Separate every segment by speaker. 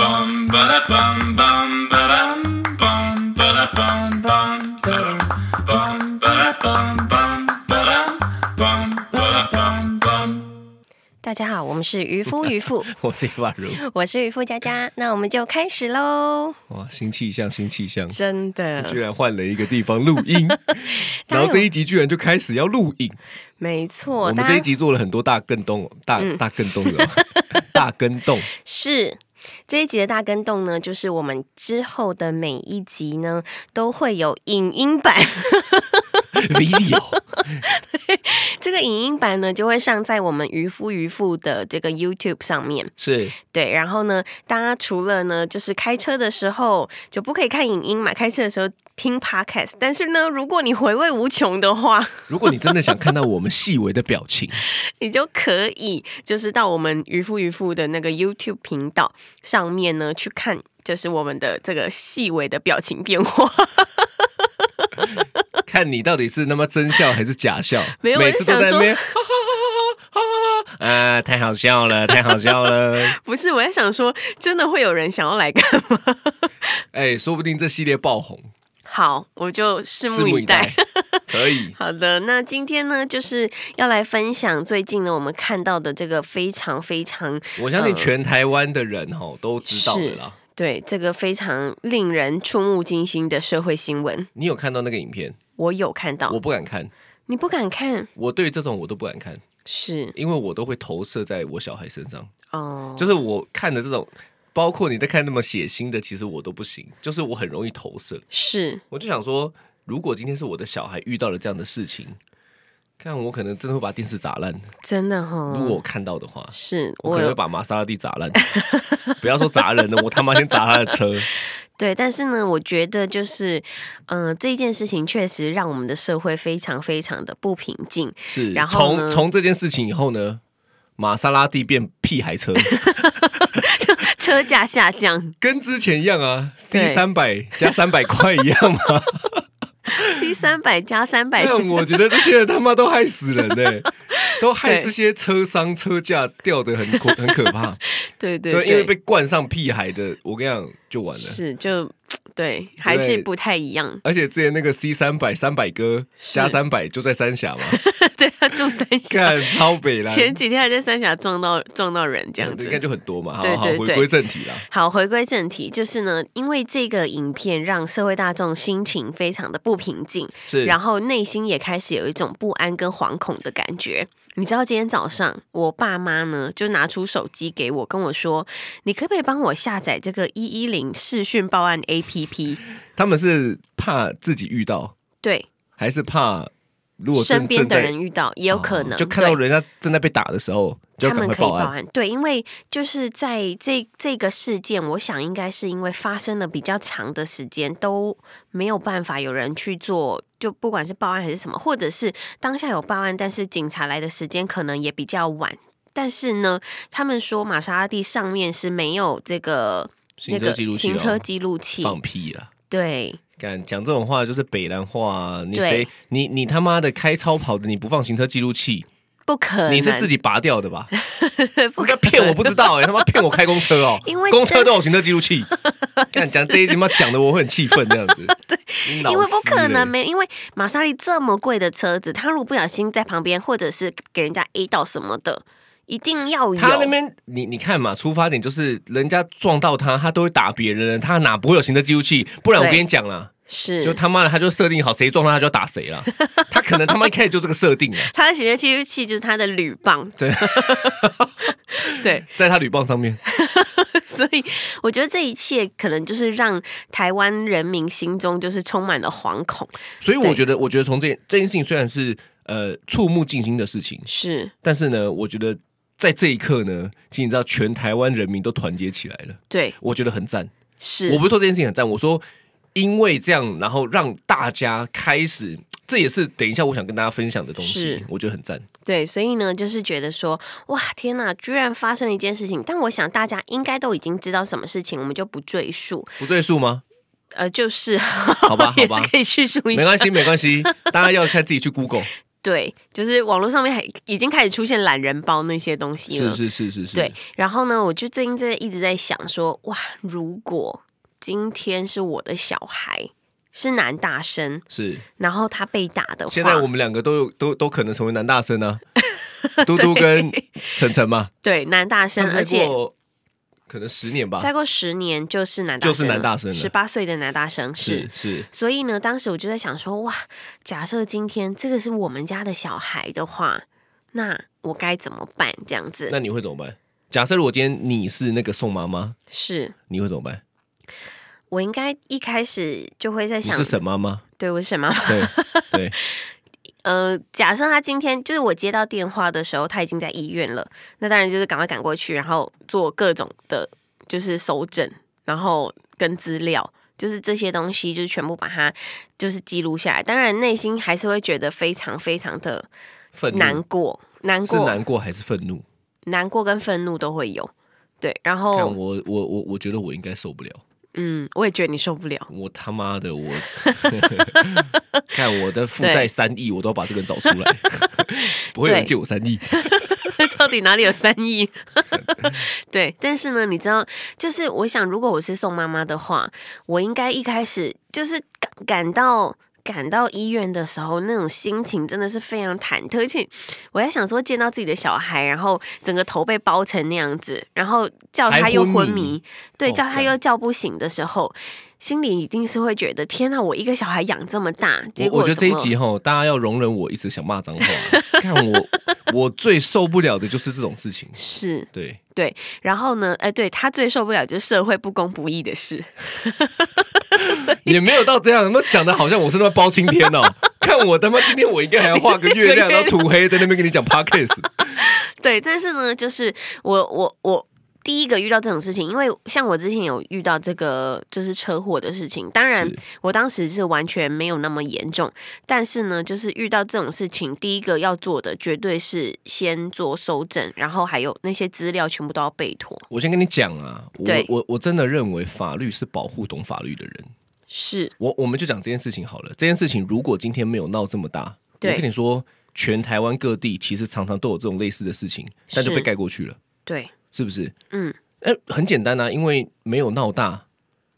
Speaker 1: bum ba da bum bum ba dum bum ba da bum bum ba dum bum ba da bum bum ba dum bum ba da bum bum.
Speaker 2: 大家好，我们是渔 夫渔妇，
Speaker 3: 我是发如，
Speaker 2: 我是渔夫佳佳，那我们就开始喽。
Speaker 3: 哇，新气象，新气象，
Speaker 2: 真的
Speaker 3: 居，然换了一个地方录音，然后这一集居然就开始要录 影。
Speaker 2: 没错，
Speaker 3: 我们
Speaker 2: 大
Speaker 3: 这一
Speaker 2: 家嗯
Speaker 3: 集做了很多大跟动哦，大大跟动的哦， 大跟 动，
Speaker 2: 是。这一集的大跟动呢，就是我们之后的每一集呢都会有影音版，
Speaker 3: video
Speaker 2: 这个影音版呢就会上在我们渔夫渔妇的这个 YouTube 上面。
Speaker 3: 是
Speaker 2: 对，然后呢，大家除了呢，就是开车的时候就不可以看影音嘛，开车的时候听 podcast。但是呢，如果你回味无穷的话，
Speaker 3: 如果你真的想看到我们细微的表情，
Speaker 2: 你就可以就是到我们渔夫渔妇的那个 YouTube 频道上面呢去看，就是我们的这个细微的表情变化。
Speaker 3: 看你到底是那么真笑还是假笑，
Speaker 2: 没有
Speaker 3: 每次
Speaker 2: 我就想
Speaker 3: 都在那
Speaker 2: 说
Speaker 3: 边。哈哈哈哈哈哈哈啊，太好笑了，太好笑了！
Speaker 2: 不是，我在想说，真的会有人想要来看吗？
Speaker 3: 哎，说不定这系列爆红，
Speaker 2: 好，我就拭
Speaker 3: 拭
Speaker 2: 目以待。，
Speaker 3: 可以。
Speaker 2: 好的，那今天呢，就是要来分享最近呢我们看到的这个非常非常
Speaker 3: 我相
Speaker 2: 嗯
Speaker 3: 信全台湾的人哈都知道的啦。
Speaker 2: 对这个非常令人触目惊心的社会新闻，
Speaker 3: 你有看到那个影片？
Speaker 2: 我有看到
Speaker 3: 我。不敢看，
Speaker 2: 你不敢看
Speaker 3: 我对这种我都不敢看，
Speaker 2: 是
Speaker 3: 因为我都会投射在我小孩身上。
Speaker 2: 哦，
Speaker 3: 就是我看的这种，包括你在看那么血腥的，其实我都不行，就是我很容易投射。
Speaker 2: 是
Speaker 3: 我就想说，如果今天是我的小孩遇到了这样的事情，看我可能真的会把电视砸烂。
Speaker 2: 真的哈、
Speaker 3: 如果我看到的话，
Speaker 2: 嗯是
Speaker 3: 我可能会把玛莎拉蒂砸烂。不要说砸人了，我他妈先砸他的车。
Speaker 2: 对，但是呢，我觉得就是，嗯、这件事情确实让我们的社会非常非常的不平静。
Speaker 3: 是，
Speaker 2: 然后呢
Speaker 3: 从从这件事情以后呢，玛莎拉蒂变屁孩车，
Speaker 2: 车价下降
Speaker 3: 跟之前一样啊，D
Speaker 2: 对
Speaker 3: 三百加三百块一样嘛。
Speaker 2: ，C 三百加三 百，
Speaker 3: 但哎我觉得这些人他妈都害死人呢、 都害
Speaker 2: 对
Speaker 3: 这些车商车价掉的很可很 可怕。
Speaker 2: 对对
Speaker 3: 因为被冠上屁孩的，我跟你讲就完了。
Speaker 2: 是就对，还是
Speaker 3: 对
Speaker 2: 不太一样。
Speaker 3: 而且之前那个 C 三百三百哥
Speaker 2: 是
Speaker 3: 加三百就在三峡嘛，
Speaker 2: 对他住 三峡，
Speaker 3: 看超北啦，
Speaker 2: 前几天还在三峡撞到撞到人这样
Speaker 3: 应该
Speaker 2: 子。
Speaker 3: 就很多嘛。好
Speaker 2: 对
Speaker 3: 好
Speaker 2: 对
Speaker 3: 回
Speaker 2: 对
Speaker 3: 归正题啦。
Speaker 2: 好，回归正题，就是呢，因为这个影片让社会大众心情非常的不平静，
Speaker 3: 是，
Speaker 2: 然后内心也开始有一种不安跟惶恐的感觉。你知道今天早上我爸妈呢就拿出手机给我，跟我说：“你可不可以帮我下载这个一一零视讯报案 APP？”
Speaker 3: 他们是怕自己遇到，
Speaker 2: 对，
Speaker 3: 还是怕如果正
Speaker 2: 身边的
Speaker 3: 正在
Speaker 2: 人遇到也有可能、
Speaker 3: 哦就看到
Speaker 2: 对
Speaker 3: 人家正在被打的时候，就
Speaker 2: 他
Speaker 3: 要
Speaker 2: 们
Speaker 3: 赶快
Speaker 2: 可以
Speaker 3: 报
Speaker 2: 报
Speaker 3: 案。
Speaker 2: 案，对，因为就是在这这个事件，我想应该是因为发生了比较长的时间，都没有办法有人去做，就不管是报案还是什么，或者是当下有报案，但是警察来的时间可能也比较晚。但是呢，他们说玛莎拉蒂上面是没有这个
Speaker 3: 行
Speaker 2: 那
Speaker 3: 车
Speaker 2: 个
Speaker 3: 记录器、哦，
Speaker 2: 行车记录器，
Speaker 3: 放屁
Speaker 2: 啊
Speaker 3: 啦！
Speaker 2: 对，
Speaker 3: 敢讲这种话就是北兰话、啊，你
Speaker 2: 对
Speaker 3: 谁你你他妈的开超跑的，你不放行车记录器，
Speaker 2: 不可能，
Speaker 3: 你是自己拔掉的吧？
Speaker 2: 不
Speaker 3: 你
Speaker 2: 可
Speaker 3: 在骗我不知道哎、他妈骗我开公车哦、
Speaker 2: 因为
Speaker 3: 公车都有行车记 录器，敢讲这一他妈讲的我会很气愤这样子，你老
Speaker 2: 因为不可能
Speaker 3: 师嘞欸
Speaker 2: 没，因为玛莎拉蒂这么贵的车子，他如果不小心在旁边，或者是给人家 A 到什么的，一定要有。
Speaker 3: 他那边，你你看嘛，出发点就是人家撞到他，他都会打别人了，他哪不会有行车记录器？不然我
Speaker 2: 对
Speaker 3: 跟你讲啦，
Speaker 2: 是
Speaker 3: 就他妈的，他就设定好谁撞到他就要打谁 了。他可能他妈一开始就这个设定了，
Speaker 2: 他的行车记录器就是他的铝棒，
Speaker 3: 对
Speaker 2: 对，
Speaker 3: 在他铝棒上面。
Speaker 2: 所以我觉得这一切可能就是让台湾人民心中就是充满了惶恐，
Speaker 3: 所以
Speaker 2: 对
Speaker 3: 我觉得，我觉得从这这件事情虽然是呃触目惊心的事情，
Speaker 2: 是
Speaker 3: 但是呢，我觉得在这一刻呢，其实你知道，全台湾人民都团结起来了，
Speaker 2: 对，
Speaker 3: 我觉得很赞。
Speaker 2: 是
Speaker 3: 我不是说这件事情很赞，我说因为这样，然后让大家开始，这也是等一下我想跟大家分享的东西
Speaker 2: 是，
Speaker 3: 我觉得很赞。
Speaker 2: 对，所以呢，就是觉得说，哇，天呐，居然发生了一件事情，但我想大家应该都已经知道什么事情，我们就不赘述，
Speaker 3: 不赘述吗？
Speaker 2: 呃，就是
Speaker 3: 好吧
Speaker 2: 也
Speaker 3: 好吧
Speaker 2: 是可以叙述一下，
Speaker 3: 没关系，没关系，大家要看自己去 Google。
Speaker 2: 对，就是网络上面还已经开始出现懒人包那些东西了。
Speaker 3: 是是是是是，
Speaker 2: 对，，然后呢，我就最近真的一直在想说，哇，如果今天是我的小孩是男大生，
Speaker 3: 是。
Speaker 2: 然后他被打的话，
Speaker 3: 现在我们两个都有都都可能成为男大生啊，嘟嘟跟晨晨嘛，
Speaker 2: 对男大生，
Speaker 3: 他们
Speaker 2: 而
Speaker 3: 再
Speaker 2: 且
Speaker 3: 过可能十年吧，
Speaker 2: 再过十年就是男大
Speaker 3: 就是男大生了
Speaker 2: 十八岁的男大生是
Speaker 3: 是是
Speaker 2: 所以呢，当时我就在想说，哇，假设今天这个是我们家的小孩的话，那我该怎么办？这样子
Speaker 3: 那你会怎么办？假设如果今天你是那个宋妈妈，
Speaker 2: 是
Speaker 3: 你会怎么办？
Speaker 2: 我应该一开始就会在
Speaker 3: 你
Speaker 2: 想，
Speaker 3: 是沈妈妈？
Speaker 2: 对我是什么？
Speaker 3: 对对，
Speaker 2: 呃，假设他今天就是我接到电话的时候，他已经在医院了，那当然就是赶快赶过去，然后做各种的，就是搜证，然后跟资料。就是这些东西，就是全部把它就是记录下来。当然，内心还是会觉得非常非常的
Speaker 3: 愤怒
Speaker 2: 难过，难
Speaker 3: 是
Speaker 2: 过，
Speaker 3: 难过还是愤怒？
Speaker 2: 难过跟愤怒都会有。对，然
Speaker 3: 看
Speaker 2: 后
Speaker 3: 我我我我觉得我应该受不了，
Speaker 2: 嗯，我也觉得你受不了。
Speaker 3: 我他妈 的我， 看我的负
Speaker 2: 对
Speaker 3: 债三亿，我都要把这个人找出 来，不会有人
Speaker 2: 对
Speaker 3: 借我三亿，
Speaker 2: 到底哪里有三亿？
Speaker 3: 哦
Speaker 2: 对，但是呢，你知道，就是我想，如果我是宋妈妈的话，我应该一开始就是感感到。赶到医院的时候，那种心情真的是非常忐忑。而且我在想说，见到自己的小孩，然后整个头被包成那样子，然后叫他
Speaker 3: 还
Speaker 2: 又
Speaker 3: 昏
Speaker 2: 昏
Speaker 3: 迷
Speaker 2: 迷，对，
Speaker 3: 哦
Speaker 2: 叫他
Speaker 3: 干
Speaker 2: 又叫不醒的时候，心里一定是会觉得：天呐，我一个小孩养这么大，结
Speaker 3: 我
Speaker 2: 果
Speaker 3: 我觉得
Speaker 2: 怎
Speaker 3: 这一
Speaker 2: 么
Speaker 3: 集哈，大家要容忍我一直想骂脏话。啊 看我，我最受不了的就是这种 事情。
Speaker 2: 是
Speaker 3: 对，
Speaker 2: 对，然后呢，哎、对他最受不了就是社会不公不义的事。
Speaker 3: 也没有到这样，那讲的好像我是他妈包青天 哦。看我他妈今天我应该还要画个月亮，然后涂黑在那边跟你 讲 podcast。
Speaker 2: 对，但是呢，就是我我我第一个遇到这种事情，因为像我之前有遇到这个就是车祸的事情，当然
Speaker 3: 是
Speaker 2: 我当时是完全没有那么严重，但是呢，就是遇到这种事情，第一个要做的绝对是先做收证，然后还有那些资料全部都要备妥。
Speaker 3: 我先跟你讲啊，我
Speaker 2: 对
Speaker 3: 我我真的认为法律是保护懂法律的人。
Speaker 2: 是
Speaker 3: 我我们就讲这件事情好了。这件事情如果今天没有闹这么大，我
Speaker 2: 对
Speaker 3: 跟你说，全台湾各地其实常常都有这种类似的事情，但就是被盖过去了，
Speaker 2: 对，
Speaker 3: 是不是？
Speaker 2: 嗯，
Speaker 3: 哎、很简单啊，因为没有闹大，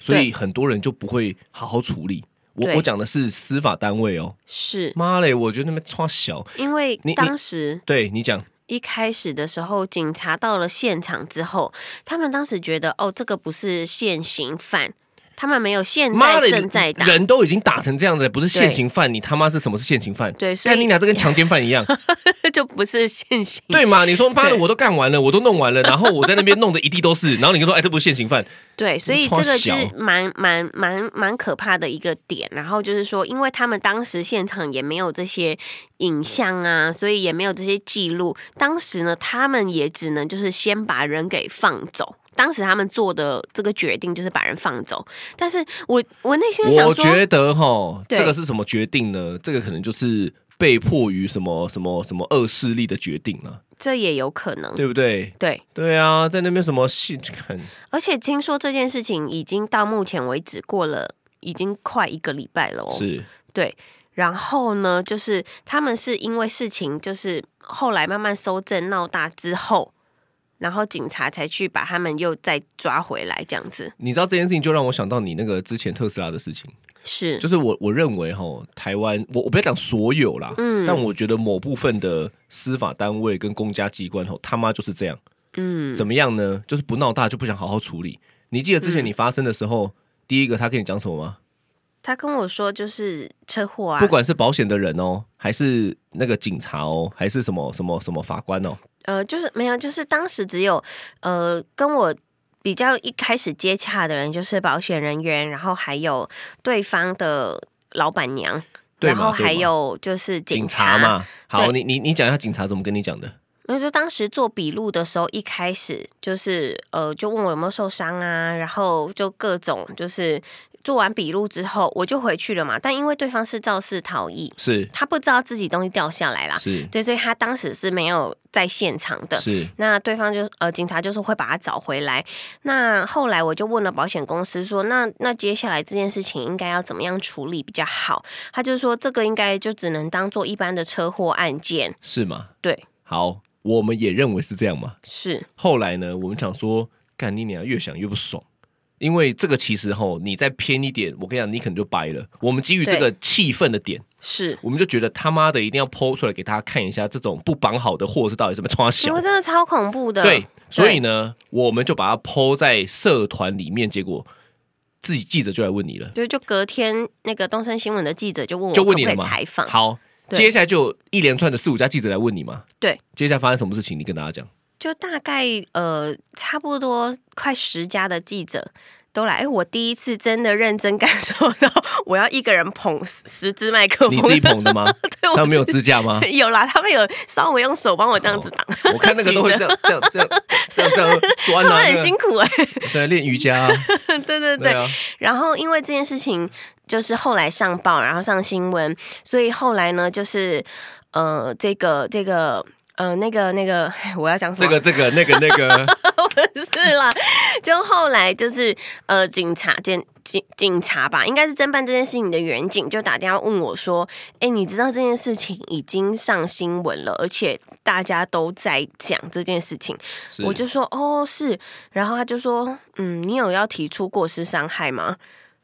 Speaker 3: 所
Speaker 2: 对
Speaker 3: 以很多人就不会好好处理。
Speaker 2: 对
Speaker 3: 我我讲的是司法单位哦，
Speaker 2: 是
Speaker 3: 妈嘞，我觉得那边超小。
Speaker 2: 因为
Speaker 3: 你你
Speaker 2: 当时。
Speaker 3: 对你讲，
Speaker 2: 一开始的时候，警察到了现场之后，他们当时觉得哦，这个不是现行犯，他们没有现
Speaker 3: 妈
Speaker 2: 在
Speaker 3: 嘞，
Speaker 2: 正在打。
Speaker 3: 人都已经打成这样子，不是现行犯，你他妈是什么是现行犯？
Speaker 2: 对所以
Speaker 3: 但你俩这跟强奸犯一样，
Speaker 2: 就不是现行。
Speaker 3: 对嘛？你说妈的，
Speaker 2: 对
Speaker 3: 我都干完了，我都弄完了，然后我在那边弄得一地都是，然后你就说，哎，这不是现 行犯，
Speaker 2: 对，所以
Speaker 3: 超
Speaker 2: 这个
Speaker 3: 小
Speaker 2: 是蛮蛮蛮蛮可怕的一个点。然后就是说，因为他们当时现场也没有这些影像啊，所以也没有这些记录。当时呢，他们也只能就是先把人给放走。当时他们做的这个决定就是把人放走，但是我我内心在想
Speaker 3: 我
Speaker 2: 说，
Speaker 3: 觉得哈，
Speaker 2: 对
Speaker 3: 这个是什么决定呢？这个可能就是被迫于什么什么什么恶势力的决定了、
Speaker 2: 这也有可能。
Speaker 3: 对不对？
Speaker 2: 对，
Speaker 3: 对啊，在那边什么戏看，
Speaker 2: 而且听说这件事情已经到目前为止过了，已经快一个礼拜了哦。
Speaker 3: 是
Speaker 2: 对，然后呢，就是他们是因为事情，就是后来慢慢搜证闹大之后，然后警察才去把他们又再抓回来，这样子
Speaker 3: 你知道这件事情就让我想到你那个之前特斯拉的事情，
Speaker 2: 是
Speaker 3: 就是我我认为哈，台湾我我不要讲所有啦，
Speaker 2: 嗯
Speaker 3: 但我觉得某部分的司法单位跟公家机关吼他妈就是这样，
Speaker 2: 嗯
Speaker 3: 怎么样呢？就是不闹大就不想好好处理。你记得之
Speaker 2: 嗯
Speaker 3: 前你发生的时候，第一个他跟你讲什么吗？
Speaker 2: 他跟我说就是车祸啊，
Speaker 3: 不管是保险的人哦，还是那个警察哦，还是什么什么什么法官哦，
Speaker 2: 呃，就是没有，就是当时只有呃跟我比较一开始接洽的人，就是保险人员，然后还有对方的老板娘，
Speaker 3: 对
Speaker 2: 然
Speaker 3: 嘛
Speaker 2: 后
Speaker 3: 对
Speaker 2: 还
Speaker 3: 嘛
Speaker 2: 有就是警
Speaker 3: 警察嘛。好，
Speaker 2: 对
Speaker 3: 你你你讲一下警察怎么跟你讲的？
Speaker 2: 那就当时做笔录的时候，一开始就是呃，就问我有没有受伤啊，然后就各种就是做完笔录之后，我就回去了嘛。但因为对方是肇事逃逸，
Speaker 3: 是
Speaker 2: 他不知道自己东西掉下来啦，
Speaker 3: 是
Speaker 2: 对，所以他当时是没有在现场的。
Speaker 3: 是
Speaker 2: 那对方就呃，警察就是会把他找回来。那后来我就问了保险公司说，那那接下来这件事情应该要怎么样处理比较好？他就说这个应该就只能当做一般的车祸案件。
Speaker 3: 是嘛？
Speaker 2: 对，
Speaker 3: 好，我们也认为是这样嘛。
Speaker 2: 是
Speaker 3: 后来呢，我们想说，干你娘，越想越不爽。因为这个其实吼，你再偏一点，我跟你讲，你可能就掰了。我们基于这个气愤的点，
Speaker 2: 是，
Speaker 3: 我们就觉得他妈的一定要剖出来给大家看一下，这种不绑好的货是到底什么穿小
Speaker 2: 我。哦真的超恐怖的。
Speaker 3: 对，所以呢，我们就把它剖在社团里面，结果自己记者就来问你了，
Speaker 2: 对，就隔天那个东森新闻的记者就问我
Speaker 3: 就问
Speaker 2: 可
Speaker 3: 你
Speaker 2: 不可
Speaker 3: 了
Speaker 2: 以
Speaker 3: 嘛。
Speaker 2: 采访，
Speaker 3: 好，
Speaker 2: 对
Speaker 3: 接下来就有一连串的四五家记者来问你嘛。
Speaker 2: 对，
Speaker 3: 接下来发生什么事情，你跟大家讲。
Speaker 2: 就大概呃差不多快十家的记者。都来，哎，我第一次真的认真感受到，我要一个人捧十十支麦克
Speaker 3: 你
Speaker 2: 风，
Speaker 3: 自己捧 的吗？
Speaker 2: 对，我
Speaker 3: 他们没有啊哦
Speaker 2: 自
Speaker 3: 支架吗？
Speaker 2: 有啦，他们有稍微用手帮我这样子挡，
Speaker 3: 我看那个都会这样这样这样这样这样
Speaker 2: 他
Speaker 3: 端
Speaker 2: 们
Speaker 3: 啊，
Speaker 2: 很辛苦哎、
Speaker 3: 在练瑜伽啊，
Speaker 2: 对 对对。
Speaker 3: 对啊，
Speaker 2: 然后因为这件事情就是后来上报，然后上新闻，所以后来呢，就是呃，这个这个。呃，那个那个， 哎我要讲什
Speaker 3: 这
Speaker 2: 么？
Speaker 3: 个这个那个那个，
Speaker 2: 是啦，就后来就是呃，警察检警警察吧，应该是侦办这件事情的远警就打电话问我说：“哎、你知道这件事情已经上新闻了，而且大家都在讲这件事情。”
Speaker 3: 是
Speaker 2: 我就说哦是，然后他就说嗯，你有要提出过失伤害吗？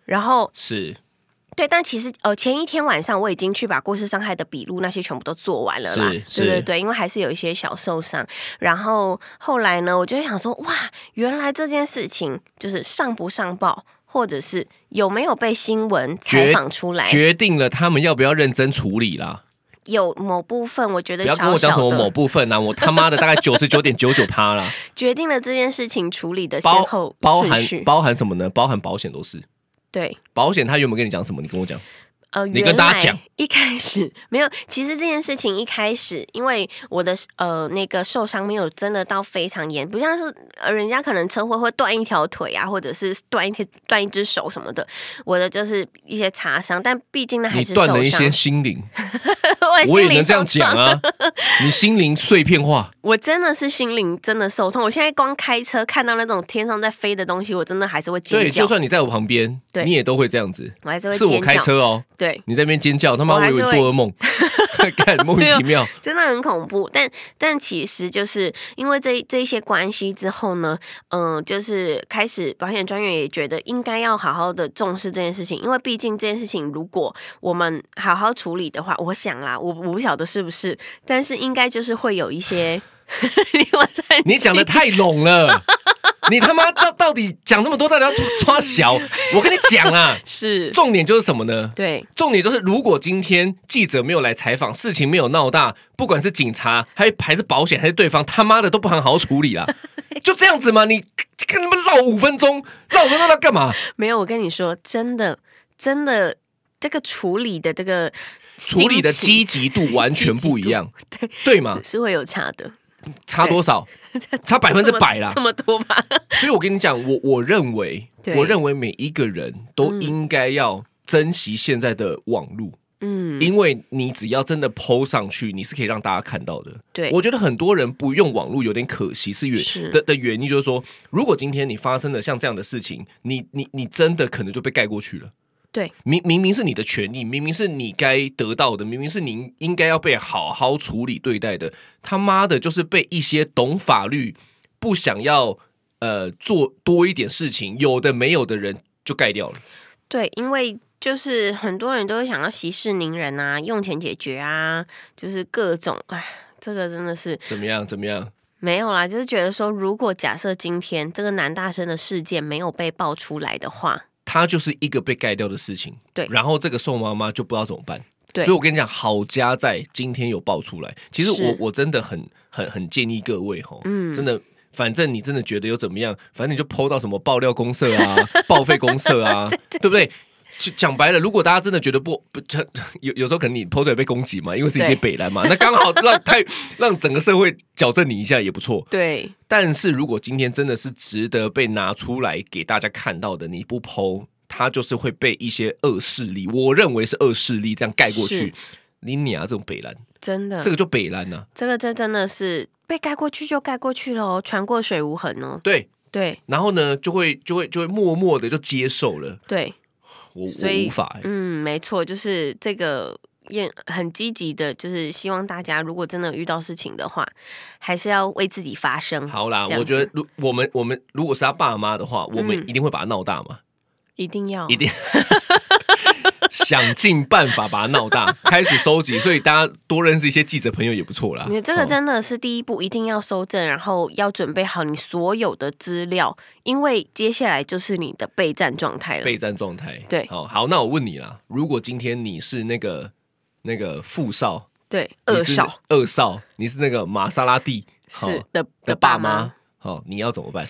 Speaker 2: 然后
Speaker 3: 是
Speaker 2: 对，但其实呃前一天晚上我已经去把过失伤害的笔录那些全部都做完了啦，
Speaker 3: 是
Speaker 2: 对对
Speaker 3: 是
Speaker 2: 对，因为还是有一些小受伤。然后后来呢，我就会想说哇，原来这件事情就是上不上报，或者是有没有被新闻采
Speaker 3: 决
Speaker 2: 访出来，
Speaker 3: 决定了他们要不要认真处理啦。
Speaker 2: 有某部分我觉得
Speaker 3: 不要跟
Speaker 2: 小
Speaker 3: 我讲
Speaker 2: 小
Speaker 3: 什么某
Speaker 2: 的
Speaker 3: 部分啊，我他妈的大概九十九点九九趴啦，
Speaker 2: 决定了这件事情处理的先
Speaker 3: 包
Speaker 2: 后
Speaker 3: 包
Speaker 2: 顺
Speaker 3: 含
Speaker 2: 序，
Speaker 3: 包含什么呢？包含保险都是。
Speaker 2: 对。
Speaker 3: 保险他原本跟你讲什么？你跟我讲，
Speaker 2: 呃，
Speaker 3: 你
Speaker 2: 原
Speaker 3: 跟大家
Speaker 2: 来
Speaker 3: 讲
Speaker 2: 一开始没有。其实这件事情一开始，因为我的呃那个受伤没有真的到非常严，不像是呃人家可能车祸会断一条腿啊，或者是断一条断一只手什么的。我的就是一些擦伤，但毕竟那还
Speaker 3: 你
Speaker 2: 是
Speaker 3: 断了
Speaker 2: 受
Speaker 3: 一
Speaker 2: 伤
Speaker 3: 些，心灵，
Speaker 2: 我也
Speaker 3: 我也
Speaker 2: 心灵
Speaker 3: 能这样
Speaker 2: 受
Speaker 3: 讲
Speaker 2: 创。
Speaker 3: 啊。你心灵碎片化，
Speaker 2: 我真的是心灵真的受创。我现在光开车看到那种天上在飞的东西，我真的还是会尖
Speaker 3: 对，
Speaker 2: 叫
Speaker 3: 就，算你在我旁边，
Speaker 2: 对
Speaker 3: 你也都会这样子。
Speaker 2: 我还是会
Speaker 3: 是我
Speaker 2: 尖
Speaker 3: 开
Speaker 2: 叫。
Speaker 3: 车哦，
Speaker 2: 对，
Speaker 3: 你在那边尖叫，他妈
Speaker 2: 我
Speaker 3: 我
Speaker 2: 还
Speaker 3: 以
Speaker 2: 是
Speaker 3: 为你做噩梦， 干莫名其妙。
Speaker 2: 真的很恐怖。但但其实就是因为这这一些关系之后呢，嗯、就是开始保险专员也觉得应该要好好的重视这件事情，因为毕竟这件事情如果我们好好处理的话，我想啦，我我不晓得是不是，但是应该就是会有一些。你我在
Speaker 3: 你讲的太拢了，你他妈到到底讲这么多，到底要抓小？我跟你 讲啊，
Speaker 2: 是
Speaker 3: 重点就是什么呢？
Speaker 2: 对
Speaker 3: 重点就是，如果今天记者没有来采访，事情没有闹大，不管是警察还还是保险还是对方，他妈的都不很好 处理啦。就这样子嘛，你跟他们唠五分钟，唠五分钟要干嘛？
Speaker 2: 没有，我跟你说，真的真的，这个处理的这个
Speaker 3: 处理的
Speaker 2: 心情
Speaker 3: 积极度完全不一 样，
Speaker 2: 对
Speaker 3: 对嘛？
Speaker 2: 是会有差的，
Speaker 3: 差多少？差百分之百啦
Speaker 2: 这。么多吧？
Speaker 3: 所以我跟你讲，我我认为，
Speaker 2: 对
Speaker 3: 我认为每一个人都应该要珍惜现在的网络，
Speaker 2: 嗯，
Speaker 3: 因为你只要真的 PO 上去，你是可以让大家看到的。
Speaker 2: 对，
Speaker 3: 我觉得很多人不用网络有点可惜，是原
Speaker 2: 是
Speaker 3: 的的原因就是说，如果今天你发生了像这样的事情，你你你真的可能就被盖过去了。
Speaker 2: 对，
Speaker 3: 明明明是你的权利，明明是你该得到的，明明是你应该要被好好处理对待的，他妈的，就是被一些懂法律、不想要呃做多一点事情，有的没有的人就盖掉了。
Speaker 2: 对，因为就是很多人都会想要息事宁人啊，用钱解决啊，就是各种哎。这个真的是
Speaker 3: 怎么样？怎么样？
Speaker 2: 没有啦，就是觉得说，如果假设今天这个男大生的事件没有被爆出来的话，
Speaker 3: 它就是一个被盖掉的事情。
Speaker 2: 对
Speaker 3: 然后这个瘦妈妈就不知道怎么办。
Speaker 2: 对
Speaker 3: 所以我跟你讲，好家在今天有爆出来。其实我
Speaker 2: 是
Speaker 3: 我真的很很很建议各位吼，
Speaker 2: 嗯
Speaker 3: 真的。反正你 真 的觉得又怎么样？反正你就剖到什么爆料公社啊、报废公社啊，对不对？就讲白了，如果大家真的觉得不不，这 有有时候可能你偷嘴被攻击嘛，因为自己被北蓝嘛，那刚好让太让整个社会矫正你一下也不错。
Speaker 2: 对，
Speaker 3: 但是如果今天真的是值得被拿出来给大家看到的，你不剖，它就是会被一些恶势力，我认为是恶势力这样盖过去
Speaker 2: 是。嗯
Speaker 3: 你娘这种北蓝，
Speaker 2: 真的，
Speaker 3: 这个就北蓝呐、啊，
Speaker 2: 这个这真的是被盖过去就盖过去喽，船过水无痕哦。
Speaker 3: 对。
Speaker 2: 对
Speaker 3: 然后呢，就会就会就会默默的就接受了，
Speaker 2: 对，
Speaker 3: 我
Speaker 2: 所
Speaker 3: 我
Speaker 2: 以
Speaker 3: 无法、欸。
Speaker 2: 嗯，没错，就是这个也很积极的，就是希望大家如果真的遇到事情的话，还是要为自己发声。
Speaker 3: 好啦
Speaker 2: 这，样
Speaker 3: 我觉得
Speaker 2: 子
Speaker 3: 如我们我们如果是他爸妈的话，我们
Speaker 2: 嗯
Speaker 3: 一定会把他闹大
Speaker 2: 哦
Speaker 3: 嘛，
Speaker 2: 一定要
Speaker 3: 一定 想尽办法把他闹大，开始收集，所以大家多认识一些记者朋友也不错啦。
Speaker 2: 你这个
Speaker 3: 哦
Speaker 2: 真的是第一步，一定要收证，然后要准备好你所有的资料，因为接下来就是你的备战状态了。
Speaker 3: 备战状态，
Speaker 2: 对
Speaker 3: 好好，那我问你啦，如果今天你是那个那个富少，
Speaker 2: 对，
Speaker 3: 你
Speaker 2: 二
Speaker 3: 是
Speaker 2: 少，
Speaker 3: 二少，你是那个玛莎拉蒂好
Speaker 2: 是的
Speaker 3: 的
Speaker 2: 的
Speaker 3: 爸
Speaker 2: 爸
Speaker 3: 妈
Speaker 2: 妈。，
Speaker 3: 好，你要怎么办？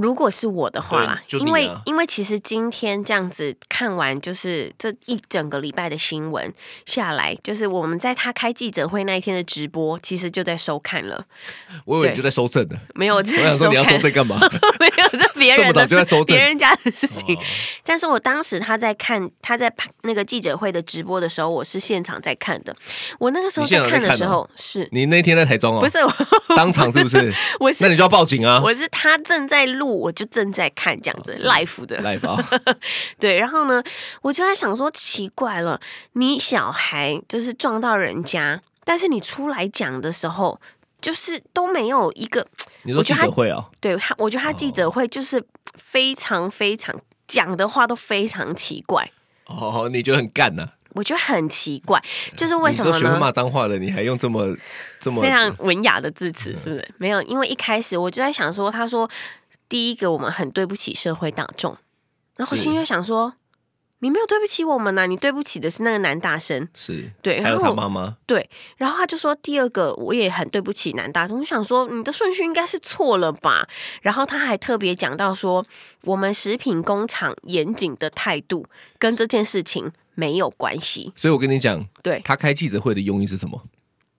Speaker 2: 如果是我的话啦，
Speaker 3: 对就你
Speaker 2: 因
Speaker 3: 啊
Speaker 2: 为因为其实今天这样子看完，就是这一整个礼拜的新闻下来，就是我们在他开记者会那一天的直播，其实就在收看了，
Speaker 3: 我以为
Speaker 2: 对
Speaker 3: 你就在收证呢，
Speaker 2: 没有在
Speaker 3: 嗯我想
Speaker 2: 收
Speaker 3: 说你要收
Speaker 2: 看，
Speaker 3: 证干嘛？ 哦
Speaker 2: 没有这别人的
Speaker 3: 这么早就在收
Speaker 2: 事，
Speaker 3: 证
Speaker 2: 别人家的事情
Speaker 3: 哦。
Speaker 2: 但是我当时他在看他在拍那个记者会的直播的时候，我是现场在看的。我那个时候
Speaker 3: 你现
Speaker 2: 在
Speaker 3: 场
Speaker 2: 看
Speaker 3: 在
Speaker 2: 的
Speaker 3: 看
Speaker 2: 时
Speaker 3: 哦
Speaker 2: 候，是
Speaker 3: 你那天在台中哦，
Speaker 2: 不是 我？
Speaker 3: 当场是不 是？
Speaker 2: 我是
Speaker 3: 那你就要报警啊！
Speaker 2: 我是他正在录，我就正在看这样子
Speaker 3: 哦是
Speaker 2: l i f e 的。
Speaker 3: 来 吧，
Speaker 2: 对，然后呢，我就在想说，奇怪了，你小孩就是撞到人家，但是你出来讲的时候，就是都没有一个
Speaker 3: 你说
Speaker 2: 我
Speaker 3: 记
Speaker 2: 觉得他
Speaker 3: 者会哦，
Speaker 2: 对他，我觉得他记者会就是非常非常讲的话都非常奇怪，
Speaker 3: 哦，你觉得很干呐？
Speaker 2: 我觉得很奇怪，就是为
Speaker 3: 你
Speaker 2: 什
Speaker 3: 都
Speaker 2: 么
Speaker 3: 学会
Speaker 2: 呢？
Speaker 3: 骂脏话了，你还用这么这么
Speaker 2: 非常文雅的字词
Speaker 3: 嗯
Speaker 2: 是不是？没有，因为一开始我就在想说，他说第一个我们很对不起社会大众，然后我
Speaker 3: 是
Speaker 2: 心里就想说，你没有对不起我们呐、你对不起的是那个男大生。
Speaker 3: 是？
Speaker 2: 对，
Speaker 3: 还
Speaker 2: 然
Speaker 3: 有
Speaker 2: 后
Speaker 3: 他
Speaker 2: 我
Speaker 3: 妈妈，
Speaker 2: 对，然后他就说第二个我也很对不起男大生，我想说你的顺序应该是错了吧。然后他还特别讲到说，我们食品工厂严谨的态度跟这件事情没有关系，
Speaker 3: 所以我跟你讲，
Speaker 2: 对，
Speaker 3: 他开记者会的用意是什么？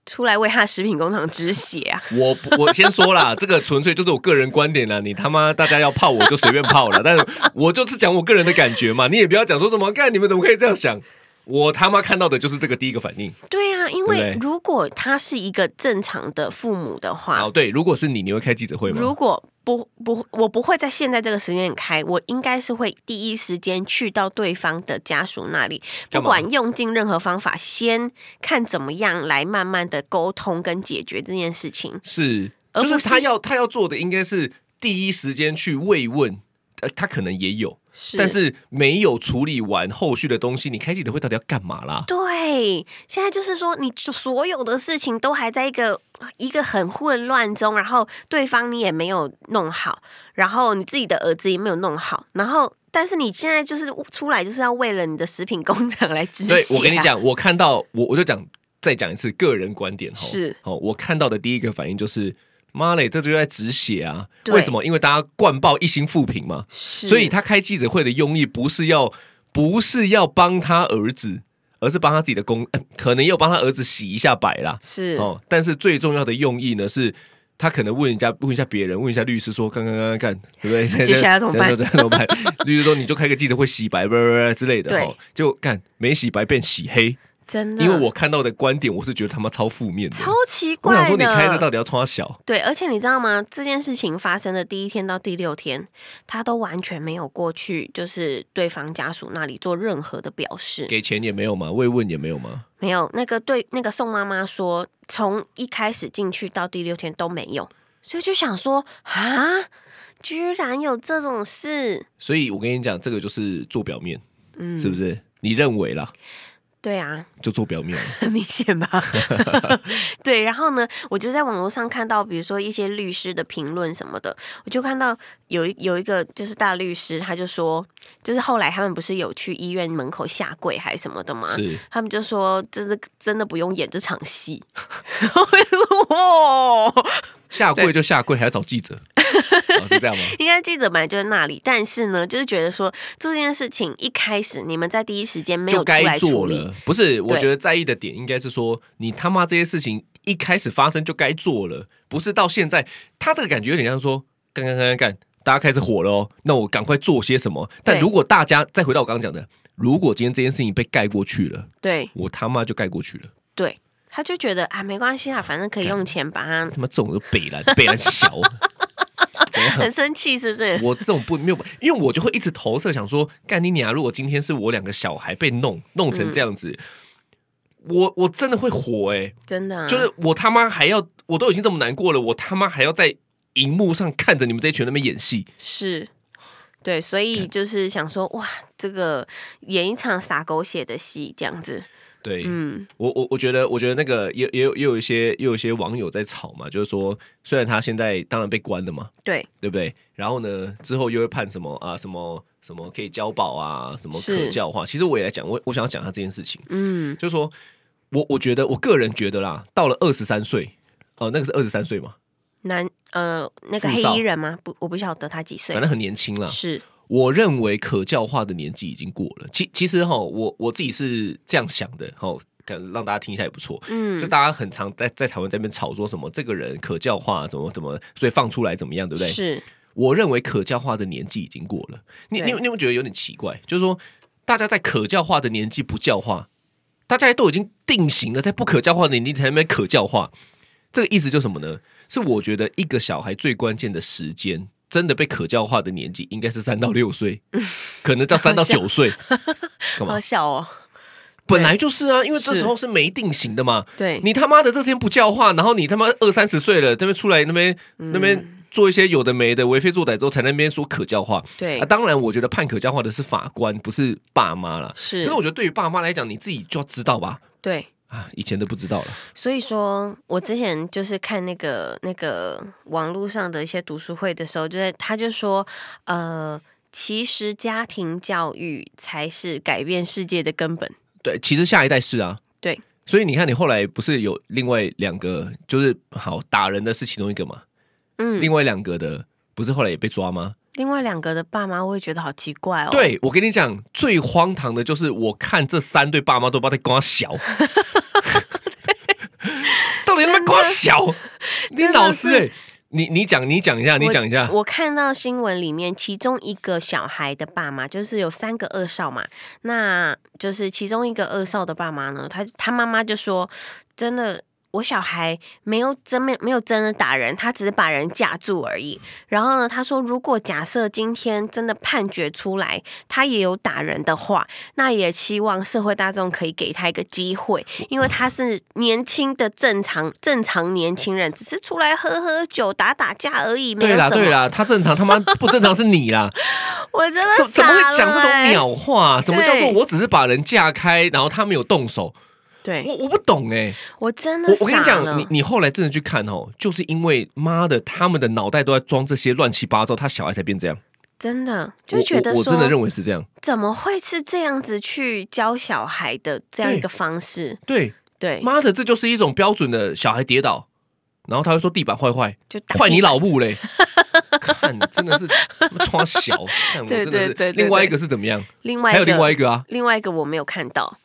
Speaker 2: 出来为他食品工厂止血啊。
Speaker 3: 我不我先说啦，这个纯粹就是我个人观点啦。你他妈大家要泡我就随便泡了，但是我就是讲我个人的感觉嘛。你也不要讲说什么，看你们怎么可以这样想。我他妈看到的就是这个第一个反应。
Speaker 2: 对啊，因
Speaker 3: 对
Speaker 2: 为
Speaker 3: 不对
Speaker 2: 如果他是一个正常的父母的话
Speaker 3: 好，，对，如果是你，你会开记者会吗？
Speaker 2: 如果不不，我不会在现在这个时间点开，我应该是会第一时间去到对方的家属那里，
Speaker 3: 干
Speaker 2: 不
Speaker 3: 嘛
Speaker 2: 管用尽任何方法，先看怎么样来慢慢的沟通跟解决这件事情。
Speaker 3: 是，
Speaker 2: 而
Speaker 3: 就
Speaker 2: 不
Speaker 3: 是
Speaker 2: 是
Speaker 3: 他要他要做的应该是第一时间去慰问，呃，他可能也有，
Speaker 2: 是
Speaker 3: 但是没有处理完后续的东西，你开记者会到底要干嘛啦？
Speaker 2: 对，现在就是说，你所有的事情都还在一个一个很混乱中，然后对方你也没有弄好，然后你自己的儿子也没有弄好，然后但是你现在就是出来就是要为了你的食品工厂来 止血、
Speaker 3: 对
Speaker 2: 啊。，
Speaker 3: 我跟你，讲，我看到我我就讲再讲一次个人观点哦，
Speaker 2: 是
Speaker 3: 哦，我看到的第一个反应就是，妈嘞，这就在止血啊！
Speaker 2: 对
Speaker 3: 为什么？因为大家灌爆一心复评嘛，所
Speaker 2: 所
Speaker 3: 以他开记者会的用意不是要不是要帮他儿子，而是帮他自己的公，呃可能也有帮他儿子洗一下白啦。
Speaker 2: 是
Speaker 3: 哦，但是最重要的用意呢是。他可能问人家，问一下别人，问一下律师说，干干干干，对不 对？
Speaker 2: 接下来怎么办
Speaker 3: 接下 来怎么办？律师说你就开个记者会洗白，不不不之类的，
Speaker 2: 对
Speaker 3: 哦，就干没洗白变洗黑，
Speaker 2: 真的，
Speaker 3: 因为我看到的观点，我是觉得他妈超负面的。
Speaker 2: 超奇
Speaker 3: 我想
Speaker 2: 怪
Speaker 3: 说，你开这
Speaker 2: 的。
Speaker 3: 到底要冲他小？
Speaker 2: 对，而且你知道吗？这件事情发生的第一天到第六天，他都完全没有过去，就是对方家属那里做任何的表示。
Speaker 3: 给钱也没有吗？慰问也没有吗？
Speaker 2: 没有，那个对那个宋妈妈说，从一开始进去到第六天都没有，所以就想说啊，居然有这种事，
Speaker 3: 所以我跟你讲，这个就是做表面，
Speaker 2: 嗯，
Speaker 3: 是不？是？你认为啦，
Speaker 2: 对啊，
Speaker 3: 就做表面了。
Speaker 2: 很明显吧？ 对，然后呢，我就在网络上看到，比如说一些律师的评论什么的，我就看到有一有一个就是大律师，他就说，就是后来他们不是有去医院门口下跪还是什么的吗？
Speaker 3: 是
Speaker 2: 他们就说，就是真的不用演这场戏。 然后我就说哦，
Speaker 3: 下跪就下跪，还要找记者。哦是这样吗？
Speaker 2: 应该记者本来就在那里，但是呢，就是觉得说做这件事情一开始你们在第一时间没有
Speaker 3: 就
Speaker 2: 出来
Speaker 3: 该
Speaker 2: 处
Speaker 3: 做
Speaker 2: 理，
Speaker 3: 了，不是？我
Speaker 2: 对
Speaker 3: 觉得在意的点应该是说，你他妈这些事情一开始发生就该做了，不是到现在，他这个感觉有点像说，干干干干干，大家开始火了哦，那我赶快做些什么？但
Speaker 2: 对
Speaker 3: 如果大家再回到我刚刚讲的，如果今天这件事情被盖过去了，
Speaker 2: 对
Speaker 3: 我他妈就盖过去了，
Speaker 2: 对，他就觉得啊没关系啦，反正可以用钱把 它，
Speaker 3: 他妈这种就北蓝北蓝小。怎样
Speaker 2: 很生气是不是？
Speaker 3: 我这种不没有，因为我就会一直投射，想说干你娘！如果今天是我两个小孩被弄弄
Speaker 2: 嗯
Speaker 3: 成这样子，我我真的会火哎、
Speaker 2: 真的、啊，
Speaker 3: 就是我他妈还要，我都已经这么难过了，我他妈还要在荧幕上看着你们这一群人那边演戏，
Speaker 2: 是，对，所以就是想说，哇，这个演一场洒狗血的戏，这样子，
Speaker 3: 对，
Speaker 2: 嗯，
Speaker 3: 我我我觉得，我觉得那个也也有也有一些也有一些网友在吵嘛，就是说，虽然他现在当然被关了嘛，
Speaker 2: 对，
Speaker 3: 对不对？然后呢，之后又会判什么啊，什么什么可以交保啊，什么
Speaker 2: 是
Speaker 3: 可教化。其实我也来讲，我我想要讲一下这件事情，
Speaker 2: 嗯，
Speaker 3: 就是说我我觉得我个人觉得啦，到了二十三岁，哦、那个是二十三岁嘛，
Speaker 2: 男呃，那个
Speaker 3: 富
Speaker 2: 黑
Speaker 3: 少
Speaker 2: 衣人吗？不，我不晓得他几岁
Speaker 3: 反，正很年轻啦，
Speaker 2: 是
Speaker 3: 我认为可教化的年纪已经过了。其其实哈，我我自己是这样想的，哈，可能让大家听一下也不错。
Speaker 2: 嗯
Speaker 3: 就大家很常在在台湾这边吵说什么这个人可教化怎么怎么，所以放出来怎么样，对不对？
Speaker 2: 是，
Speaker 3: 我认为可教化的年纪已经过了。你你
Speaker 2: 对
Speaker 3: 有你有没有觉得有点奇怪？就是说，大家在可教化的年纪不教化，大家都已经定型了，在不可教化的年纪才能可教化。这个意思就是什么呢？是我觉得一个小孩最关键的时间，真的被可教化的年纪应该是三到六岁，可能到三到九岁。干
Speaker 2: 好
Speaker 3: 嘛？
Speaker 2: 笑哦，
Speaker 3: 本来就是啊，因为这
Speaker 2: 是
Speaker 3: 时候是没定型的嘛。
Speaker 2: 对，
Speaker 3: 你他妈的这时间不教化，然后你他妈二三十岁了，这边出来那边那边做一些有的没的，为非作歹之后，才那边说可教化。
Speaker 2: 对
Speaker 3: 啊，，当然，我觉得判可教化的是法官，不是爸妈啦。可
Speaker 2: 是
Speaker 3: 是，我觉得对于爸妈来讲，你自己就要知道吧。
Speaker 2: 对。
Speaker 3: 啊，以前都不知道了。
Speaker 2: 所以说，我之前就是看那个那个网络上的一些读书会的时候，就是他就说，呃，其实家庭教育才是改变世界的根本。
Speaker 3: 对，其实下一代是啊。
Speaker 2: 对。
Speaker 3: 所以你看，你后来不是有另外两个，就是好打人的是其中一个嘛？
Speaker 2: 嗯，
Speaker 3: 另外两个的不是后来也被抓吗？
Speaker 2: 另外两个的爸妈会觉得好奇怪哦。，
Speaker 3: 对，我跟你讲，最荒唐的就是我看这三对爸妈都把他瓜小， 到底他妈瓜小？你
Speaker 2: 真的
Speaker 3: 老师
Speaker 2: 是
Speaker 3: 哎、你你讲你讲一下，你讲一下，
Speaker 2: 我看到新闻里面，其中一个小孩的爸妈就是有三个二少嘛，那就是其中一个二少的爸妈呢，他他妈妈就说，真的。我小孩没有真没没有真的打人，他只是把人架住而已。然后呢，他说如果假设今天真的判决出来他也有打人的话，那也希望社会大众可以给他一个机会，
Speaker 3: 嗯
Speaker 2: 因为他是年轻的正常正常年轻人，只是出来喝喝酒打打架而已，没
Speaker 3: 对
Speaker 2: 有
Speaker 3: 啦
Speaker 2: 什么
Speaker 3: 对。啦，他正常，他妈不正常是 你啦，
Speaker 2: 我真的
Speaker 3: 怎怎
Speaker 2: 傻
Speaker 3: 么会
Speaker 2: 了
Speaker 3: 讲这种
Speaker 2: 欸？
Speaker 3: 鸟话？什么叫做
Speaker 2: 对
Speaker 3: 我只是把人架开，然后他没有动手？
Speaker 2: 对，
Speaker 3: 我我不懂哎、
Speaker 2: 我真的
Speaker 3: 我我跟
Speaker 2: 傻
Speaker 3: 你
Speaker 2: 了
Speaker 3: 讲，你你后来真的去看哦，就是因为妈的，他们的脑袋都在装这些乱七八糟，他小孩才变这样。
Speaker 2: 真的
Speaker 3: 我
Speaker 2: 就觉得
Speaker 3: 我
Speaker 2: 说，
Speaker 3: 我真的认为是这样，
Speaker 2: 怎么会是这样子去教小孩的这样一
Speaker 3: 对
Speaker 2: 个方式？
Speaker 3: 对，
Speaker 2: 对，
Speaker 3: 妈的，这就是一种标准的小孩跌倒，然后他会说地板坏坏，
Speaker 2: 就打
Speaker 3: 坏你
Speaker 2: 地
Speaker 3: 老母嘞！ 看，真的是穿小，看我
Speaker 2: 对
Speaker 3: 真
Speaker 2: 对
Speaker 3: 的
Speaker 2: 对对对
Speaker 3: 是。另外一个是怎么样？
Speaker 2: 另外一
Speaker 3: 还有
Speaker 2: 个
Speaker 3: 另外一个啊，
Speaker 2: 另外一个我没有看到，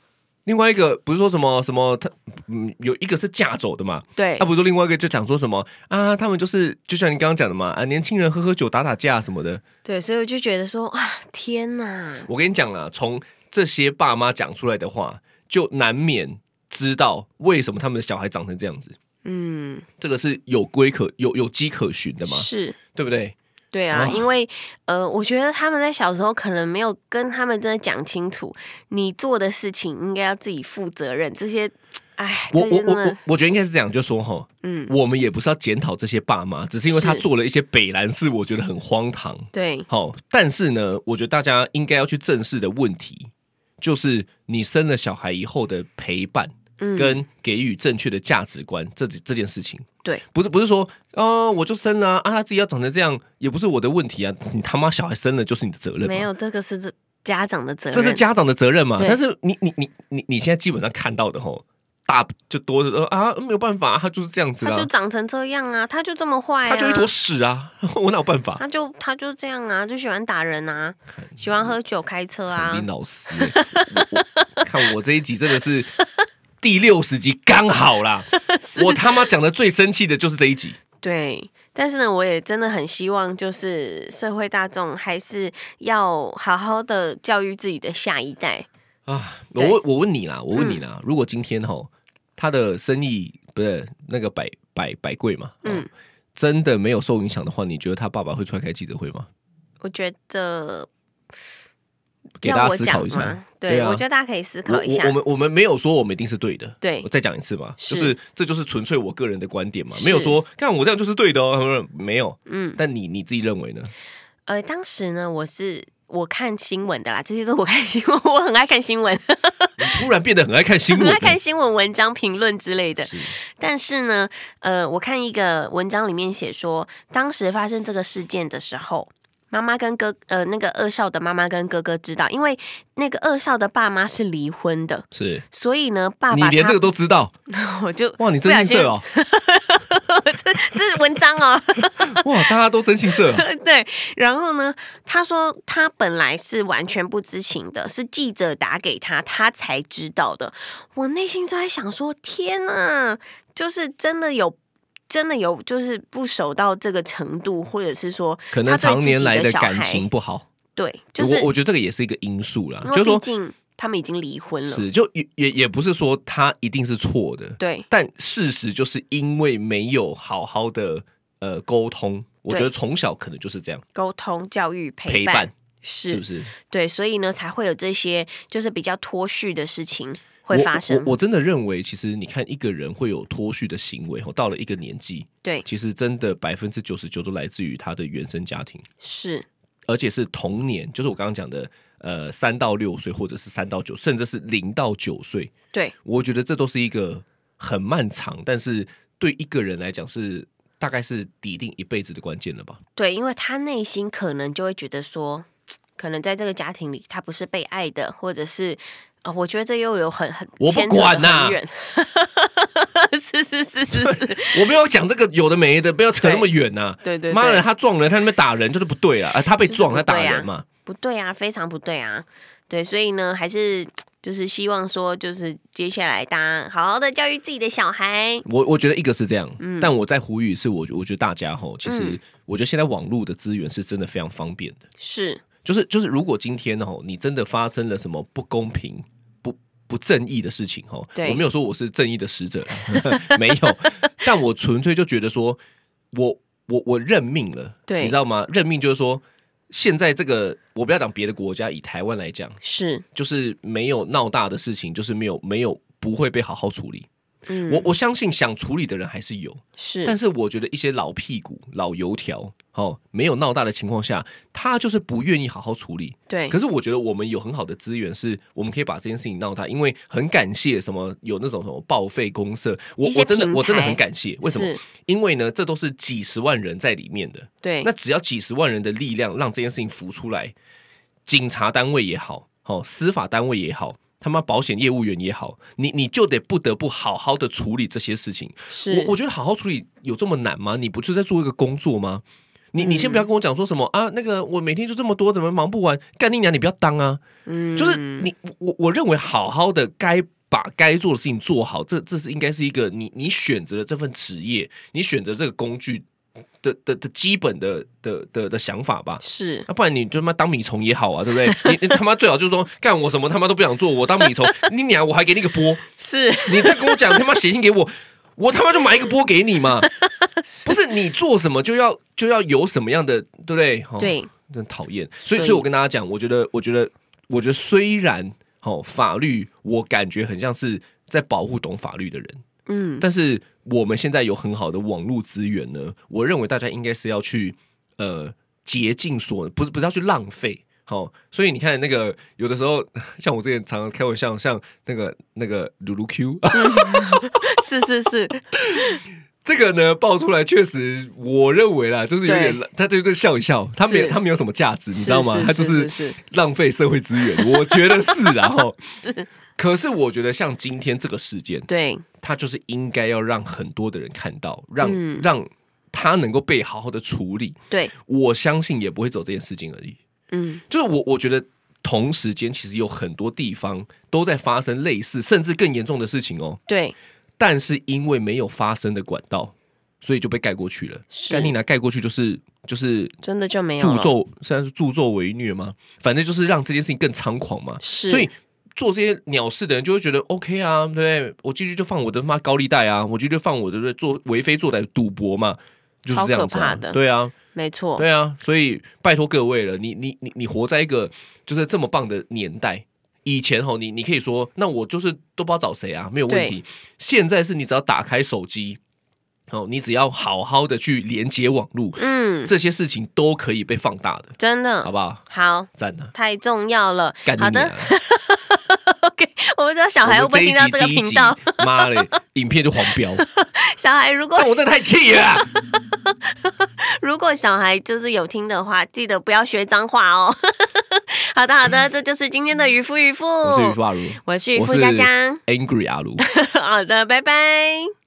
Speaker 3: 另外一个不是说什么什么他嗯有一个是架走的嘛，
Speaker 2: 对
Speaker 3: 他、不是说另外一个就讲说什么啊，他们就是就像你刚刚讲的嘛啊，年轻人喝喝酒打打架什么的。
Speaker 2: 对，所以我就觉得说啊，天哪，
Speaker 3: 我跟你讲啦，从这些爸妈讲出来的话，就难免知道为什么他们的小孩长成这样子。
Speaker 2: 嗯，
Speaker 3: 这个是有规可有有迹可循的嘛，
Speaker 2: 是。
Speaker 3: 对不对？
Speaker 2: 对啊，
Speaker 3: 哇
Speaker 2: 因为呃，我觉得他们在小时候可能没有跟他们真的讲清楚，你做的事情应该要自己负责任。这些，哎，
Speaker 3: 我
Speaker 2: 这
Speaker 3: 我
Speaker 2: 些真
Speaker 3: 我
Speaker 2: 的
Speaker 3: 我，我觉得应该是这样，就说哈，
Speaker 2: 嗯，
Speaker 3: 我们也不是要检讨这些爸妈，只是因为他
Speaker 2: 是
Speaker 3: 做了一些北兰事，我觉得很荒唐。
Speaker 2: 对，
Speaker 3: 好，但是呢，我觉得大家应该要去正视的问题，就是你生了小孩以后的陪伴
Speaker 2: 嗯，
Speaker 3: 跟给予正确的价值观，这这件事情。
Speaker 2: 对，
Speaker 3: 不是不是说，哦，我就生了啊，啊他自己要长成这样，也不是我的问题啊，你他妈小孩生了就是你的责任嘛，
Speaker 2: 没有，这个是这家长的责任，
Speaker 3: 这是家长的责任嘛。
Speaker 2: 对
Speaker 3: 但是你你你你你现在基本上看到的吼，大就多的啊，没有办法，他就是这样子
Speaker 2: 他
Speaker 3: 啦
Speaker 2: 就，长成这样啊，他就这么坏、啊，
Speaker 3: 他就一坨屎啊， 我哪有办法？
Speaker 2: 他就他就这样啊，就喜欢打人啊，喜欢喝酒开车啊
Speaker 3: 林，老师欸、我我 看我这一集真的是第六十集刚好 啦，我他妈讲的最生气的就是这一集。
Speaker 2: 对。但是呢，我也真的很希望，就是社会大众还是要好好的教育自己的下一代。
Speaker 3: 啊，我
Speaker 2: 对嗯
Speaker 3: 问我问你啦，我问你啦，如果今天哈他的生意不是那个百百百贵嘛，嗯
Speaker 2: 嗯，
Speaker 3: 真的没有受影响的话，你觉得他爸爸会出来开记者会吗？
Speaker 2: 我觉得
Speaker 3: 给
Speaker 2: 要
Speaker 3: 大家
Speaker 2: 我
Speaker 3: 思考
Speaker 2: 讲
Speaker 3: 一下
Speaker 2: 吗。？对，
Speaker 3: 啊
Speaker 2: 我觉得大家可以思
Speaker 3: 我
Speaker 2: 考一下
Speaker 3: 我我。们我们没有说我们一定是对的，
Speaker 2: 对
Speaker 3: 我再讲一次嘛，就是是这就是纯粹我个人的观点嘛，
Speaker 2: 是
Speaker 3: 没有说看我这样就是对的哦，没有。
Speaker 2: 嗯，
Speaker 3: 但你你自己认为呢？
Speaker 2: 呃，当时呢，我是我看新闻的啦，这些都是我看新闻， 我很爱看新闻，
Speaker 3: 你突然变得很爱看新闻
Speaker 2: 很
Speaker 3: 呢，
Speaker 2: 爱看新闻文章、评论之类的。
Speaker 3: 是
Speaker 2: 但是呢，呃，我看一个文章里面写说，当时发生这个事件的时候，妈妈跟哥呃那个二少的妈妈跟哥哥知道，因为那个二少的爸妈是离婚的，
Speaker 3: 是，
Speaker 2: 所以呢，爸
Speaker 3: 你
Speaker 2: 爸
Speaker 3: 连这个
Speaker 2: 他
Speaker 3: 都知道，
Speaker 2: 我就
Speaker 3: 哇，你
Speaker 2: 不
Speaker 3: 真
Speaker 2: 小
Speaker 3: 心
Speaker 2: 心
Speaker 3: 社哦，
Speaker 2: 是文章哦，
Speaker 3: 哇，大家都真 心社哦，
Speaker 2: 对。然后呢，他说他本来是完全不知情的，是记者打给他，他才知道的。我内心就在想说，天呐，就是真的有。真的有，就是不熟到这个程度，或者是说，
Speaker 3: 可能常年来
Speaker 2: 的
Speaker 3: 的感情，不好。
Speaker 2: 对，就是
Speaker 3: 我我觉得这个也是一个因素啦，
Speaker 2: 因
Speaker 3: 就是
Speaker 2: 为毕
Speaker 3: 说
Speaker 2: 竟他们已经离婚了，
Speaker 3: 是就也也也不是说他一定是错的，
Speaker 2: 对，
Speaker 3: 但事实就是因为没有好好的呃沟通，我觉得从小可能就是这样
Speaker 2: 沟通、教育、陪
Speaker 3: 陪伴，
Speaker 2: 是
Speaker 3: 是不是
Speaker 2: 对，所以呢，才会有这些就是比较脱序的事情会发
Speaker 3: 我
Speaker 2: 生
Speaker 3: 我。我真的认为，其实你看一个人会有脱序的行为，哦，到了一个年纪，
Speaker 2: 对，
Speaker 3: 其实真的百分之九十九都来自于他的原生家庭，
Speaker 2: 是，
Speaker 3: 而且是童年，就是我刚刚讲的。呃，三到六岁，或者是三到九，甚至是零到九岁，
Speaker 2: 对，
Speaker 3: 我觉得这都是一个很漫长，但是对一个人来讲是大概是抵定一辈子的关键了吧？
Speaker 2: 对，因为他内心可能就会觉得说，可能在这个家庭里他不是被爱的，或者是呃，我觉得这又有很很
Speaker 3: 我不
Speaker 2: 牵扯得
Speaker 3: 管
Speaker 2: 很
Speaker 3: 呐
Speaker 2: 远 是是是是是，
Speaker 3: 我没有讲这个有的没的，不要扯那么远呐、
Speaker 2: 对对对，
Speaker 3: 妈的，他撞人，他那边打人就是不对啊！啊，他被撞，
Speaker 2: 就是
Speaker 3: 他
Speaker 2: 不对
Speaker 3: 打
Speaker 2: 啊
Speaker 3: 人嘛，
Speaker 2: 不对啊，非常不对啊，对，所以呢，还是就是希望说，就是接下来大家好好的教育自己的小孩，
Speaker 3: 我我觉得一个是这样，但我在呼吁是我我觉得大家吼，其实
Speaker 2: 嗯
Speaker 3: 我觉得现在网络的资源是真的非常方便的，
Speaker 2: 是
Speaker 3: 就是就是如果今天吼你真的发生了什么不公平。不不正义的事情吼，
Speaker 2: 对
Speaker 3: 我没有说我是正义的使者， 没有，但我纯粹就觉得说，我我我认命了，
Speaker 2: 对
Speaker 3: 你知道吗？认命就是说，现在这个我不要讲别的国家，以台湾来讲，
Speaker 2: 是，
Speaker 3: 就是没有闹大的事情，就是没有没有不会被好好处理。
Speaker 2: 嗯，
Speaker 3: 我我相信想处理的人还是有，
Speaker 2: 是，
Speaker 3: 但是我觉得一些老屁股、老油条，哦，没有闹大的情况下，他就是不愿意好好处理。
Speaker 2: 对
Speaker 3: 可，是我觉得我们有很好的资源，是我们可以把这件事情闹大，因为很感谢什么有那种什么报废公社，我
Speaker 2: 一些
Speaker 3: 我真的
Speaker 2: 平台
Speaker 3: 我真的很感谢，为什么？
Speaker 2: 是？
Speaker 3: 因为呢，这都是几十万人在里面的，
Speaker 2: 对
Speaker 3: 那，只要几十万人的力量让这件事情浮出来，警察单位也好，哦，司法单位也好。他妈保险业务员也好，你你就得不得不好好的处理这些事情。
Speaker 2: 是
Speaker 3: 我我觉得好好处理有这么难吗？你不是在做一个工作吗？你你先不要跟我讲说什么、啊，那个我每天就这么多，怎么忙不完？干你娘！你不要当啊！
Speaker 2: 嗯
Speaker 3: 就是你我我认为好好的该把该做的事情做好，这这是应该是一个你你选择了这份职业，你选择这个工具的的的基本的的的的想法吧。
Speaker 2: 是
Speaker 3: 啊，不然你就他妈当米虫也好啊，对不对？你你他妈最好就是说干我什么他妈都不想做，我当米虫，你娘我还给你个波，
Speaker 2: 是，
Speaker 3: 你再跟我讲他妈写信给我，我他妈就买一个波给你 嘛！不是你做什么就要就要有什么样的，对不对？哦
Speaker 2: 对，
Speaker 3: 真讨厌。
Speaker 2: 所
Speaker 3: 所以，
Speaker 2: 以
Speaker 3: 所以我跟大家讲，我觉得，我觉得，我觉得，虽然哦，法律我感觉很像是在保护懂法律的人，
Speaker 2: 嗯，
Speaker 3: 但是我们现在有很好的网络资源呢，我认为大家应该是要去呃竭尽所，不是不是要去浪费。好、所以你看那个有的时候，像我之前常常开玩笑，像那个那个鲁鲁 Q，
Speaker 2: 是是是，
Speaker 3: 这个呢爆出来，确实我认为啦，就是有点浪，他就是笑一笑，他没有
Speaker 2: 是
Speaker 3: 他没有什么价值，你知道吗
Speaker 2: 是？是
Speaker 3: 他就是
Speaker 2: 是
Speaker 3: 浪费社会资源，我觉得是啦，然后可是我觉得像今天这个事件，
Speaker 2: 对，
Speaker 3: 他就是应该要让很多的人看到，让、
Speaker 2: 嗯
Speaker 3: 让他能够被好好的处理。
Speaker 2: 对，
Speaker 3: 我相信也不会走这件事情而已。
Speaker 2: 嗯，
Speaker 3: 就是我我觉得同时间其实有很多地方都在发生类似甚至更严重的事情哦，
Speaker 2: 对，
Speaker 3: 但是因为没有发生的管道，所以就被盖过去了。
Speaker 2: 是
Speaker 3: 甘丽娜盖过去就是就是
Speaker 2: 真的就没有
Speaker 3: 助
Speaker 2: 了。
Speaker 3: 纣，虽然是助纣为虐吗？反正就是让这件事情更猖狂嘛。
Speaker 2: 是，
Speaker 3: 所以做这些鸟事的人就会觉得 OK 啊，对不对？我继续就放我的妈高利贷啊，我继续就放我的对不对做为非作歹的赌博嘛，就是这样子、
Speaker 2: 超
Speaker 3: 啊
Speaker 2: 可怕。的
Speaker 3: 对啊，
Speaker 2: 没错，
Speaker 3: 对啊，所以拜托各位了，你你你你活在一个就是这么棒的年代。以前吼，你你可以说，那我就是都不知道找谁啊，没有问题。现在是你只要打开手机，哦，你只要好好的去连接网络，
Speaker 2: 嗯，
Speaker 3: 这些事情都可以被放大的，
Speaker 2: 真
Speaker 3: 好
Speaker 2: 的
Speaker 3: 不好？
Speaker 2: 好，
Speaker 3: 赞啊！
Speaker 2: 太重要了。
Speaker 3: 干你
Speaker 2: 好
Speaker 3: 娘啊
Speaker 2: 的，OK，我不知道小孩会
Speaker 3: 我
Speaker 2: 不会
Speaker 3: 们
Speaker 2: 听到这个
Speaker 3: 一集
Speaker 2: 频道。
Speaker 3: 第一集，妈嘞，影片就黄 标，哦
Speaker 2: 小孩如果
Speaker 3: 但我真的太气了啊。
Speaker 2: 如果小孩就是有听的话，记得不要学脏话哦。 好的，好的，这就是今天的渔夫渔夫，
Speaker 3: 我是渔夫阿如
Speaker 2: 我是渔
Speaker 3: 我
Speaker 2: 夫
Speaker 3: 是
Speaker 2: 佳佳。
Speaker 3: ，Angry 阿如。
Speaker 2: 好的，拜拜。